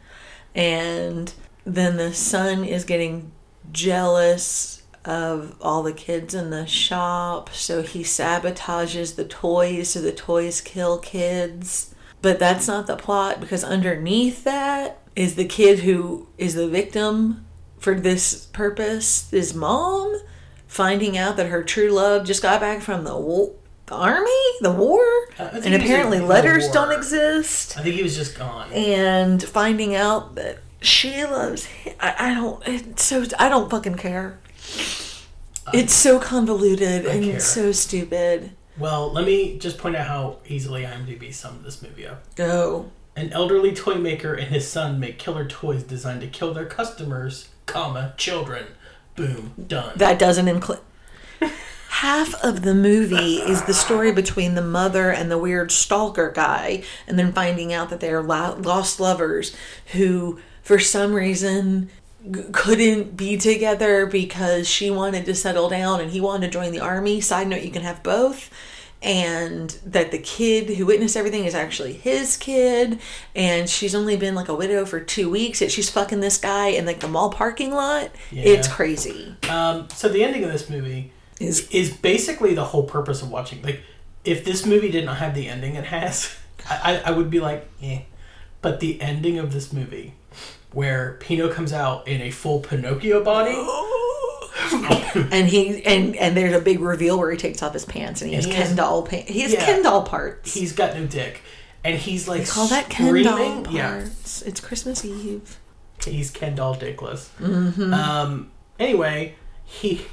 Speaker 2: and then the son is getting jealous of all the kids in the shop, so he sabotages the toys, so the toys kill kids. But that's not the plot because underneath that is the kid who is the victim for this purpose. His mom finding out that her true love just got back from the, wo- the army, the war,
Speaker 1: Uh, I think
Speaker 2: and
Speaker 1: it was
Speaker 2: apparently
Speaker 1: the
Speaker 2: letters
Speaker 1: war.
Speaker 2: don't exist.
Speaker 1: I think he was just gone.
Speaker 2: And finding out that she loves him. I, I don't. It's so I don't fucking care. It's so convoluted and
Speaker 1: care.
Speaker 2: so stupid.
Speaker 1: Well, let me just point out how easily IMDb summed this movie up.
Speaker 2: Go.
Speaker 1: An elderly toy maker and his son make killer toys designed to kill their customers, comma, children. Boom, done.
Speaker 2: that doesn't include half of the movie is the story between the mother and the weird stalker guy and then finding out that they're lo- lost lovers who for some reason g- couldn't be together because she wanted to settle down and he wanted to join the army side note you can have both and that the kid who witnessed everything is actually his kid and she's only been like a widow for two weeks yet she's fucking this guy in like the mall parking lot it's
Speaker 1: Yeah.
Speaker 2: crazy
Speaker 1: um, so the ending of this movie
Speaker 3: Is-
Speaker 1: is basically the whole purpose of watching. Like, if this movie did not have the ending it has, [LAUGHS] I, I, I would be like, eh. But the ending of this movie, where Pino comes out in a full Pinocchio body,
Speaker 2: Oh. and he and and there's a big reveal where he takes off his pants and he has
Speaker 1: he
Speaker 2: Ken
Speaker 1: has-
Speaker 2: doll pants. He has
Speaker 1: Yeah.
Speaker 2: Ken doll parts.
Speaker 1: he's got no dick. And he's like
Speaker 2: They call that Ken
Speaker 1: screaming.
Speaker 2: doll
Speaker 1: Yeah,
Speaker 2: parts. It's Christmas Eve.
Speaker 1: He's Ken Doll Dickless.
Speaker 2: Mm-hmm.
Speaker 1: Um, anyway, he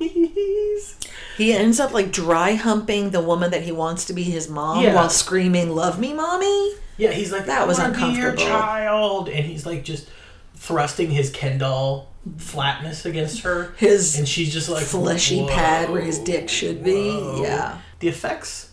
Speaker 1: he's
Speaker 2: He ends up like dry humping the woman that he wants to be his mom
Speaker 1: Yeah.
Speaker 2: while screaming "Love me, mommy."
Speaker 1: yeah he's like
Speaker 2: That was
Speaker 1: "I wanna Be your
Speaker 2: uncomfortable.
Speaker 1: child, and he's like just thrusting his Ken Doll flatness against her.
Speaker 2: His
Speaker 1: and she's just like
Speaker 2: fleshy
Speaker 1: "Whoa,
Speaker 2: pad where his dick should be.
Speaker 1: whoa."
Speaker 2: Yeah.
Speaker 1: the effects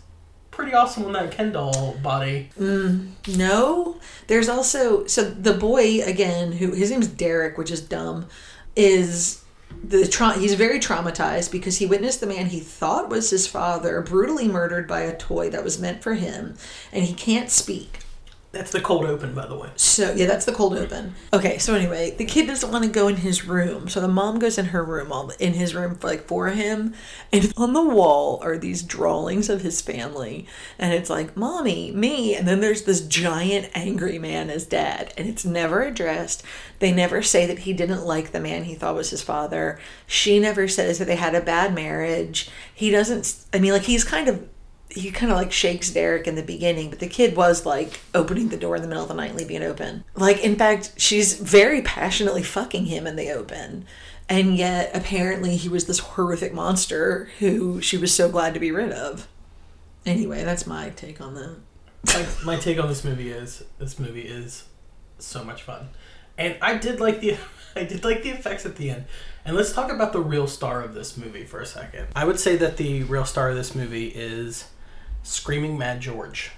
Speaker 1: pretty awesome on that Ken Doll body.
Speaker 2: No, there's also so the boy again who his name's Derek, which is dumb, is the tra- he's very traumatized because he witnessed the man he thought was his father brutally murdered by a toy that was meant for him, and he can't speak.
Speaker 1: That's the cold open, by the way.
Speaker 2: So yeah, that's the cold open. Okay, so anyway, the kid doesn't want to go in his room, so the mom goes in her room, all in his room for, like for him, and [LAUGHS] on the wall are these drawings of his family, and it's like mommy, me, and then there's this giant angry man as dad, and it's never addressed. They never say that he didn't like the man he thought was his father. She never says that they had a bad marriage. He doesn't. I mean, like he's kind of he kind of like shakes Derek in the beginning, but the kid was like opening the door in the middle of the night, leaving it open. Like, in fact, she's very passionately fucking him in the open. And yet, apparently, he was this horrific monster who she was so glad to be rid of. Anyway, that's my take on that.
Speaker 1: my, my take on this movie is this movie is so much fun and i did like the [LAUGHS] i did like the effects at the end and let's talk about the real star of this movie for a second i would say that the real star of this movie is screaming mad george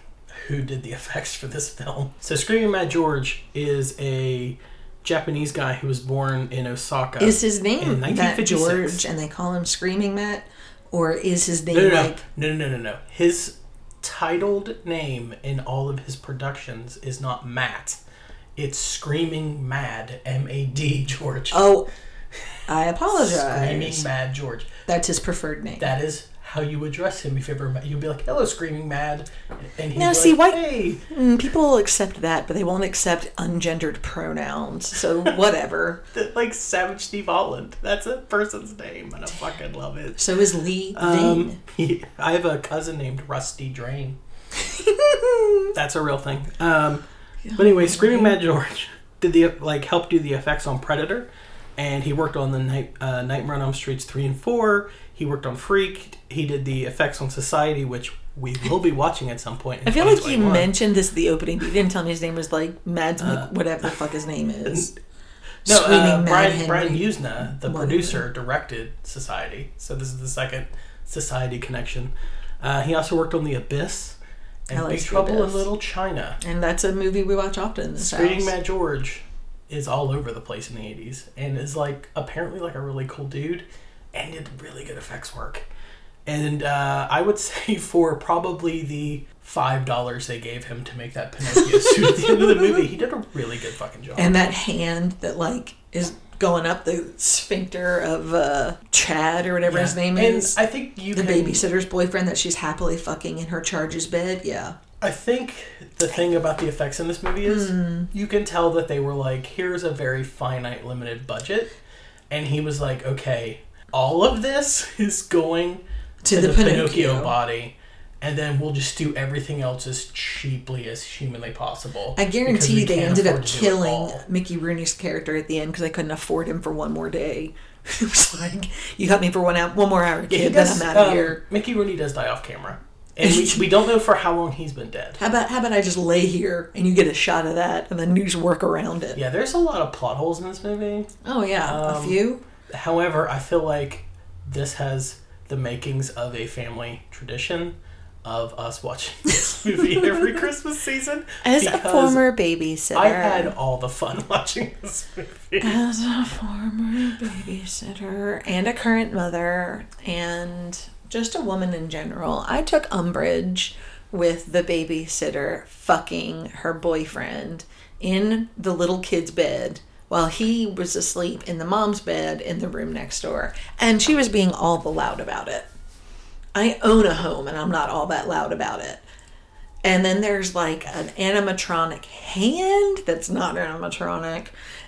Speaker 1: who did the [LAUGHS] effects for this film so screaming mad george is a japanese guy who was born in osaka
Speaker 2: Is his
Speaker 1: Oh. in
Speaker 2: name that
Speaker 1: 1956.
Speaker 2: George? And they call him Screaming Matt?
Speaker 3: or is his name
Speaker 1: No, no,
Speaker 3: like
Speaker 1: no, no, no, no, no. His titled name in all of his productions is not Matt. It's Screaming Mad, M A D George.
Speaker 3: oh I
Speaker 1: Screaming
Speaker 3: apologize.
Speaker 1: Mad George.
Speaker 3: That's his preferred name.
Speaker 1: That is how you address him if you ever met. You'd be like, "Hello, Screaming Mad," and he'd
Speaker 2: Now,
Speaker 1: be
Speaker 2: see,
Speaker 1: like,
Speaker 2: why-
Speaker 1: "Hey, [LAUGHS]
Speaker 2: Mm, People will accept that, but they won't accept ungendered pronouns.
Speaker 1: [LAUGHS]
Speaker 2: So whatever.
Speaker 1: like Savage Steve Holland. That's a person's name, and I fucking love it."
Speaker 3: so is Lee Vane.
Speaker 1: Um, [LAUGHS] I have a cousin named Rusty
Speaker 2: [LAUGHS]
Speaker 1: Drain. That's a real thing. Um, but anyway, Screaming Mad George [LAUGHS] did the like help do the effects on Predator, and he worked on the night uh, Nightmare on Elm Streets three and four. He worked on Freak. He did the effects on Society, which we will be watching at some point. in
Speaker 2: I feel like you
Speaker 1: 2021.
Speaker 2: mentioned this at the opening, but you didn't tell me his name was like Mads, Mc- whatever the fuck his name is.
Speaker 1: Uh, [LAUGHS] no,
Speaker 3: Screaming
Speaker 1: uh,
Speaker 3: Mad
Speaker 1: Brian,
Speaker 3: Henry.
Speaker 1: Brian Usna, the
Speaker 3: Whatever.
Speaker 1: producer, directed Society. So this is the second Society connection. Uh, he also worked on The Abyss
Speaker 2: I
Speaker 1: and
Speaker 2: like
Speaker 1: Big
Speaker 2: The
Speaker 1: Trouble in
Speaker 2: Abyss.
Speaker 1: Little China.
Speaker 2: And that's a movie we watch often in this
Speaker 1: Screaming
Speaker 2: house.
Speaker 1: Mad George is all over the place in the 80s and is like apparently like a really cool dude and did really good effects work. And uh, I would [LAUGHS] say for probably the five dollars they gave him to make that Pinocchio suit at the end of the movie, he did a really good fucking job.
Speaker 2: and that hand that like is going up the sphincter of uh, Chad or whatever his
Speaker 1: Yeah.
Speaker 2: name
Speaker 1: and
Speaker 2: is.
Speaker 1: I think you
Speaker 2: the
Speaker 1: can,
Speaker 2: babysitter's boyfriend that she's happily fucking in her charge's bed. Yeah.
Speaker 1: I think the thing about the effects in this movie is
Speaker 2: Mm-hmm.
Speaker 1: you can tell that they were like, here's a very finite, limited budget. And he was like, okay, all of this [LAUGHS] is going to, the, Pinocchio. body, and then we'll just do everything else as cheaply as humanly possible.
Speaker 2: I
Speaker 1: because we
Speaker 2: guarantee they
Speaker 1: can't
Speaker 2: ended
Speaker 1: afford
Speaker 2: up
Speaker 1: to do it
Speaker 2: killing
Speaker 1: all.
Speaker 2: Mickey Rooney's character at the end because they couldn't afford him for one more day. [LAUGHS] It was like, you got me for one hour, one more hour,
Speaker 1: Yeah,
Speaker 2: kid.
Speaker 1: he
Speaker 2: then
Speaker 1: does,
Speaker 2: I'm out of
Speaker 1: um,
Speaker 2: here.
Speaker 1: Mickey Rooney does die off camera. And
Speaker 2: [LAUGHS]
Speaker 1: we, we don't know for how long he's been dead.
Speaker 2: How about how about I just lay here and you get a shot of that and the news work around it?
Speaker 1: Yeah, Um, there's a lot of plot holes in this movie.
Speaker 2: Oh yeah, a few.
Speaker 1: However, I feel like this has the makings of a family tradition of us watching [LAUGHS] this movie every
Speaker 2: [LAUGHS]
Speaker 1: Christmas season.
Speaker 2: As a
Speaker 1: because
Speaker 2: former babysitter,
Speaker 1: I had all the fun [LAUGHS] watching this movie.
Speaker 2: as a former babysitter and a current mother and just a woman in general, I took umbrage with the babysitter fucking her boyfriend in the little kid's bed while he was asleep in the mom's bed in the room next door. And she was being all the loud about it. I own a home and I'm not all that loud about it. And then there's like an animatronic hand that's not animatronic.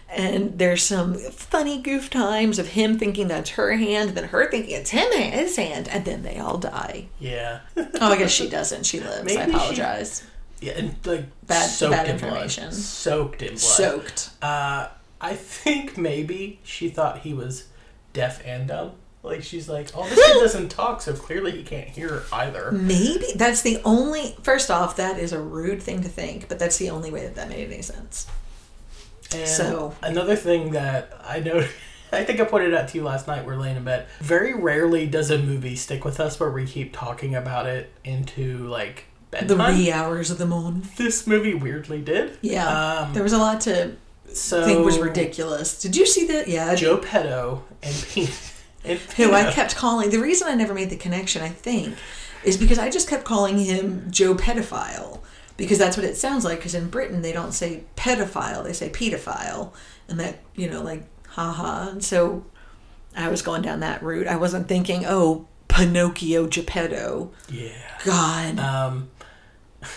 Speaker 2: And there's some funny goof times of him thinking that's her hand, then her thinking it's him and his hand, and then they all die.
Speaker 1: Yeah. [LAUGHS]
Speaker 2: Oh, I guess she doesn't. She lives. I
Speaker 1: Maybe she-
Speaker 2: apologize.
Speaker 1: Yeah, and like
Speaker 2: Bad-
Speaker 1: soaked
Speaker 2: bad
Speaker 1: in
Speaker 2: information.
Speaker 1: blood. Soaked in blood.
Speaker 2: Soaked.
Speaker 1: Uh, I think maybe she thought he was deaf and dumb. Like she's like,
Speaker 2: [LAUGHS]
Speaker 1: oh, this kid doesn't talk, so clearly he can't hear either.
Speaker 2: Maybe that's the only. First off, that is a rude thing to think, but that's the only way that that made any sense.
Speaker 1: And
Speaker 2: So-
Speaker 1: another thing that I know, [LAUGHS] I think I pointed out to you last night. We're laying in bed. Very rarely does a movie stick with us where we keep talking about it into like
Speaker 2: The
Speaker 1: bedtime.
Speaker 2: wee hours of the moon.
Speaker 1: this movie weirdly did.
Speaker 2: Yeah,
Speaker 1: Um,
Speaker 2: there was a lot to
Speaker 1: So
Speaker 2: think was ridiculous. Did you see that? Yeah,
Speaker 1: Joe Petto and Pete. [LAUGHS] and
Speaker 2: who I
Speaker 1: Pino.
Speaker 2: kept calling. The reason I never made the connection, I think, is because I just kept calling him Joe Pedophile because that's what it sounds like. Because in Britain, they don't say pedophile; they say pedophile, and that you know, like, haha. And so I was going down that route. I wasn't thinking, oh, Pinocchio Geppetto.
Speaker 1: Yeah.
Speaker 2: God,
Speaker 1: Um,
Speaker 2: so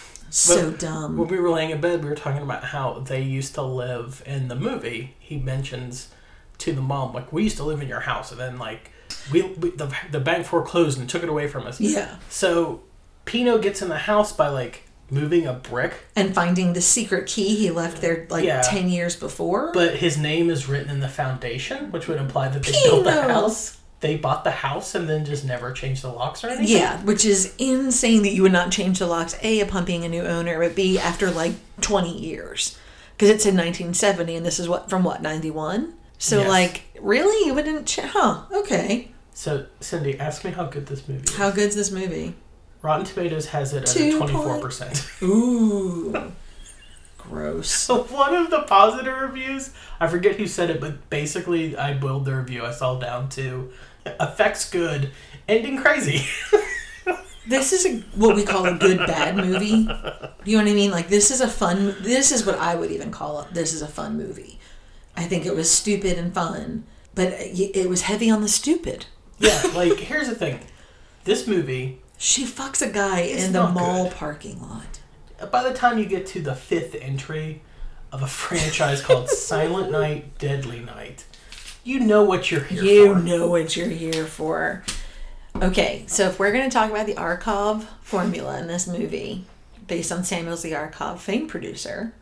Speaker 1: but-
Speaker 2: dumb.
Speaker 1: when we were laying in bed, we were talking about how they used to live in the movie. He mentions to the mom, like, we used to live in your house, and then, like, we, we the, the bank foreclosed and took it away from us.
Speaker 2: yeah,
Speaker 1: So Pino gets in the house by, like, moving a brick,
Speaker 2: and finding the secret key he left there like
Speaker 1: Yeah.
Speaker 2: ten years before.
Speaker 1: but his name is written in the foundation, which would imply that they built
Speaker 2: Pino.
Speaker 1: the house. They bought the house and then just never changed the locks or anything.
Speaker 2: Yeah, which is insane that you would not change the locks, A, upon being a new owner, but B, after like 20 years. Because it's in 1970 and this is what, from what, 91? So,
Speaker 1: Yes.
Speaker 2: like, really? You wouldn't, ch- huh? Okay.
Speaker 1: So, Cindy, ask me how good this movie is.
Speaker 2: How good's this movie?
Speaker 1: Rotten Tomatoes has it at
Speaker 2: Two
Speaker 1: a
Speaker 2: point-
Speaker 1: 24%.
Speaker 2: Ooh. Gross.
Speaker 1: So one of the positive reviews, I forget who said it, but basically I boiled the review. I saw down to effects good, ending crazy. [LAUGHS]
Speaker 2: This is a, what we call a good bad movie. You know what I mean? Like this is a fun. This is what I would even call it. This is a fun movie. I think it was stupid and fun, but uh, it it was heavy on the stupid.
Speaker 1: yeah, like here's the thing. This movie,
Speaker 2: She fucks a guy in the
Speaker 1: not
Speaker 2: mall
Speaker 1: good.
Speaker 2: parking lot.
Speaker 1: by the time you get to the fifth entry of a [LAUGHS] franchise called Silent Night, Deadly Night, you know what you're here
Speaker 2: You
Speaker 1: for.
Speaker 2: know what you're here for. Okay, so if we're going to talk about the Arkov formula in this movie, based on Samuel's the Arkov fame producer,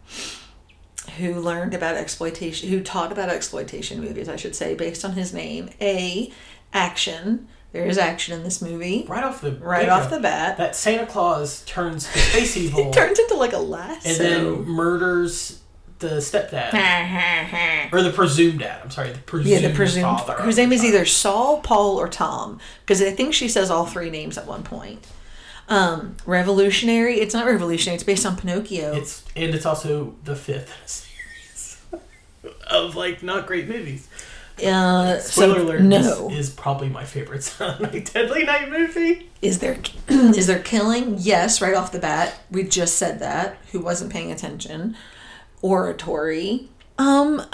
Speaker 2: who learned about exploitation, who taught about exploitation movies, I should say, based on his name, A, action. There is action in this movie.
Speaker 1: Right off the
Speaker 2: Right
Speaker 1: get-go,
Speaker 2: off the bat.
Speaker 1: that Santa Claus turns his
Speaker 2: [LAUGHS]
Speaker 1: face evil
Speaker 2: It turns into like a
Speaker 1: and
Speaker 2: lasso.
Speaker 1: then murders the stepdad
Speaker 2: [LAUGHS]
Speaker 1: or the presumed dad. I'm sorry, the presumed,
Speaker 2: yeah, the presumed
Speaker 1: father.
Speaker 2: whose name is either Saul, Paul, or Tom, because I think she says all three names at one point. Um, revolutionary. It's not revolutionary. It's based on Pinocchio.
Speaker 1: It's and it's also the fifth in a series [LAUGHS] of like not great movies.
Speaker 2: uh,
Speaker 1: Spoiler
Speaker 2: so,
Speaker 1: alert!
Speaker 2: No. Is,
Speaker 1: This is probably my favorite [LAUGHS] Silent Night, Deadly Night movie.
Speaker 2: there [CLEARS THROAT] is there killing? Yes, right off the bat. We just said that. Who wasn't paying attention? Oratory. Um, [SIGHS]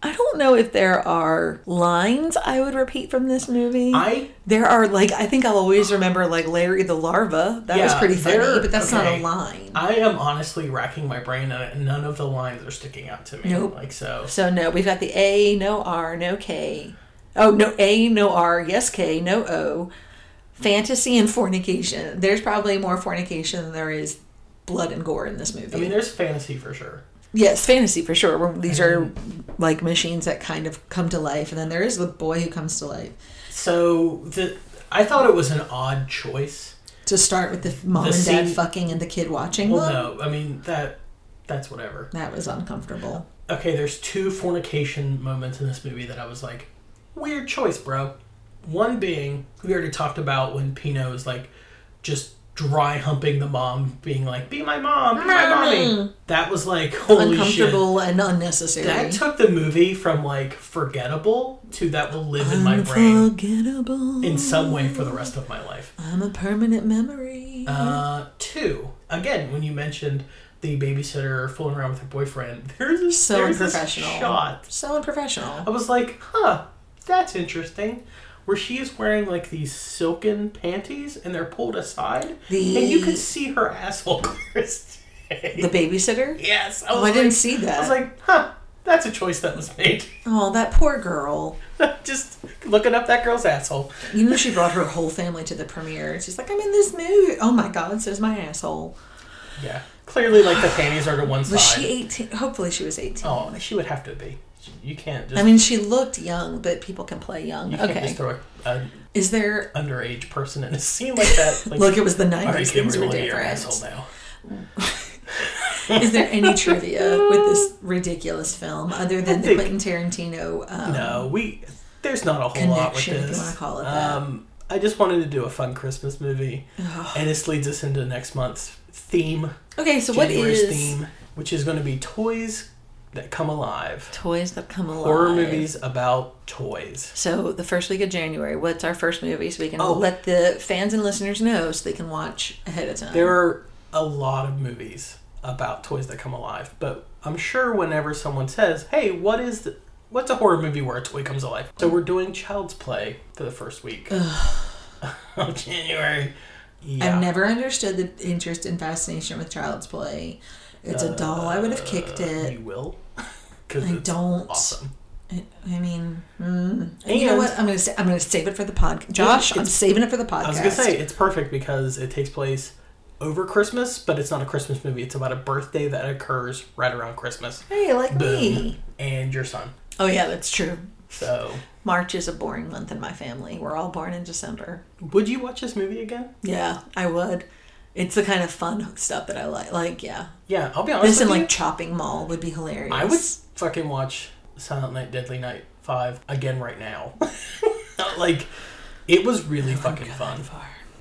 Speaker 2: I don't know if there are lines I would repeat from this movie.
Speaker 1: I
Speaker 2: There are like I think I'll always remember like Larry the larva. That was
Speaker 1: Yeah,
Speaker 2: pretty funny,
Speaker 1: there-
Speaker 2: but that's not
Speaker 1: okay.
Speaker 2: a line.
Speaker 1: I am honestly racking my brain, and none of the lines are sticking out to me.
Speaker 2: Nope.
Speaker 1: Like so.
Speaker 2: So no, we've got the A, no R, no K. Oh no, A, no R, yes K, no O. Fantasy and fornication. There's probably more fornication than there is blood and gore in this movie.
Speaker 1: I mean, there's fantasy for sure.
Speaker 2: yes, fantasy for sure. Where These are
Speaker 1: Mm-hmm.
Speaker 2: like machines that kind of come to life, and then there is the boy who comes to life.
Speaker 1: So the I thought it was an odd choice.
Speaker 2: To start with the mom
Speaker 1: The
Speaker 2: and dad
Speaker 1: scene-
Speaker 2: fucking and the kid watching
Speaker 1: Well,
Speaker 2: them.
Speaker 1: no, I mean that that's whatever.
Speaker 2: That was uncomfortable.
Speaker 1: Okay, there's two fornication moments in this movie that I was like, weird choice, bro. One being we already talked about when Pino is like just dry humping the mom, being like, "Be my mom, be my mommy." That was like holy shit.
Speaker 2: uncomfortable and unnecessary.
Speaker 1: That took the movie from like forgettable to that will live in my brain
Speaker 2: Unforgettable.
Speaker 1: in some way for the rest of my life.
Speaker 2: I'm a permanent memory.
Speaker 1: Uh, two, again, when you mentioned the babysitter fooling around with her boyfriend, there's a,
Speaker 2: so
Speaker 1: there's this
Speaker 2: unprofessional.
Speaker 1: shot. Oh,
Speaker 2: So unprofessional.
Speaker 1: I was like, huh, that's interesting. Where she is wearing like these silken panties and they're pulled aside,
Speaker 2: The-
Speaker 1: and you can see her asshole. [LAUGHS] Chris.
Speaker 2: The babysitter.
Speaker 1: yes, I, was
Speaker 2: Oh, I didn't
Speaker 1: like-
Speaker 2: see that.
Speaker 1: I was like, huh, that's a choice that was made. [LAUGHS]
Speaker 2: oh, that poor girl.
Speaker 1: Just looking up that girl's asshole.
Speaker 2: You know, she brought her whole family to the premiere. She's like, I'm in this movie. Oh my God, so's my asshole.
Speaker 1: Yeah. Clearly, like the panties are to one side.
Speaker 2: [SIGHS] Was she 18? Hopefully, she was 18.
Speaker 1: oh, she would have to be. You can't just.
Speaker 2: I mean, she looked young, but people can play young.
Speaker 1: you can't
Speaker 2: Okay.
Speaker 1: just throw a, a
Speaker 2: Is there.
Speaker 1: underage person in a scene like
Speaker 2: [LAUGHS]
Speaker 1: that. Like,
Speaker 2: Look, it was the
Speaker 1: all right,
Speaker 2: 90s.
Speaker 1: get
Speaker 2: Things were
Speaker 1: real into your asshole
Speaker 2: different.
Speaker 1: now.
Speaker 2: Is there
Speaker 1: [LAUGHS]
Speaker 2: any trivia with this ridiculous film other than the
Speaker 1: think-
Speaker 2: Quentin Tarantino? Um,
Speaker 1: No, we. There's not a whole lot with
Speaker 2: Connection, if you
Speaker 1: this.
Speaker 2: wanna call it that.
Speaker 1: Um, I just wanted to do a fun Christmas movie, and this leads us into next month's theme.
Speaker 2: Okay, so what
Speaker 1: January's
Speaker 2: is.
Speaker 1: theme, which is going to be toys that come alive,
Speaker 10: Toys that come alive.
Speaker 1: horror movies about toys.
Speaker 10: So the first week of January, what's our first movie? So we can
Speaker 2: Oh.
Speaker 10: let
Speaker 2: Let the fans and listeners know so they can watch ahead of time.
Speaker 1: There are a lot of movies about toys that come alive, but I'm sure whenever someone says, "Hey, what is the, what's a horror movie where a toy comes alive?" So we're doing Child's Play for the first week [LAUGHS] of January. Yeah.
Speaker 2: I've never understood the interest and fascination with child's play. It's a doll. I would have kicked it.
Speaker 1: Uh, You will. [LAUGHS] Because
Speaker 2: I don't.
Speaker 1: Awesome.
Speaker 2: I, I mean, mm. And you know
Speaker 1: And-
Speaker 2: what? I'm gonna sa- I'm gonna save it for the podcast. Josh, I'm
Speaker 1: it's-
Speaker 2: saving it for the podcast.
Speaker 1: I was gonna say it's perfect because it takes place over Christmas, but it's not a Christmas movie. It's about a birthday that occurs right around Christmas.
Speaker 2: hey, like
Speaker 1: Boom.
Speaker 2: me.
Speaker 1: And your son.
Speaker 2: Oh yeah, that's true.
Speaker 1: So,
Speaker 2: March is a boring month in my family. We're all born in December.
Speaker 1: would you watch this movie again?
Speaker 2: Yeah, I would. It's the kind of fun stuff that I like. Like, yeah,
Speaker 1: Yeah, I'll be honest
Speaker 2: this and
Speaker 1: with you.
Speaker 2: like chopping mall would be hilarious.
Speaker 1: I would fucking watch Silent Night, Deadly Night 5 again right now. Uh, like, it was really fucking fun.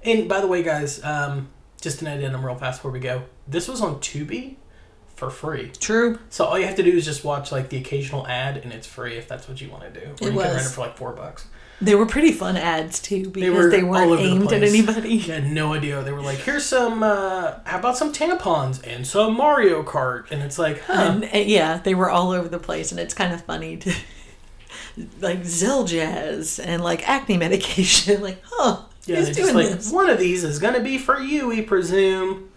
Speaker 1: And by the way, guys, um, just an addendum real fast before we go. This was on Tubi for free.
Speaker 2: True.
Speaker 1: So all you have to do is just watch like the occasional ad, and it's free if that's what you want to do. Or you can
Speaker 2: was.
Speaker 1: rent it for like four buurs.
Speaker 2: They were pretty fun ads too because they, were
Speaker 1: all
Speaker 2: not
Speaker 1: over the
Speaker 2: aimed at
Speaker 1: place. [LAUGHS]
Speaker 2: anybody.
Speaker 1: I had no idea. They were like, "Here's some. uh How about some tampons and some Mario Kart?" And it's like, huh.
Speaker 2: And, and yeah, they were all over the place, and it's kind of funny to [LAUGHS] like Zeljaz and like acne medication. [LAUGHS] Like, huh?
Speaker 1: Yeah,
Speaker 2: who's
Speaker 1: they're just
Speaker 2: doing
Speaker 1: like
Speaker 2: this?
Speaker 1: one of these is gonna be for you, we presume.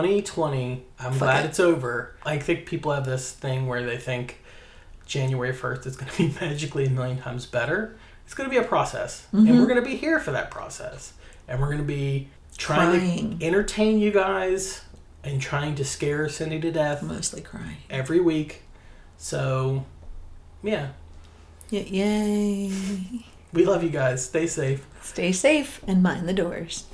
Speaker 1: 2020. I'm glad
Speaker 2: it.
Speaker 1: it's over. I think people have this thing where they think January 1st is gonna [LAUGHS] be magically a million times better. It's gonna be a process,
Speaker 2: Mm-hmm.
Speaker 1: and we're gonna be here for that process, and we're gonna be trying
Speaker 2: Crying.
Speaker 1: to entertain you guys and trying to scare Cindy to death
Speaker 2: Mostly crying.
Speaker 1: every week. So, yeah,
Speaker 2: Y- Yay!
Speaker 1: we love you guys. Stay safe.
Speaker 11: Stay safe.
Speaker 2: And mind the doors.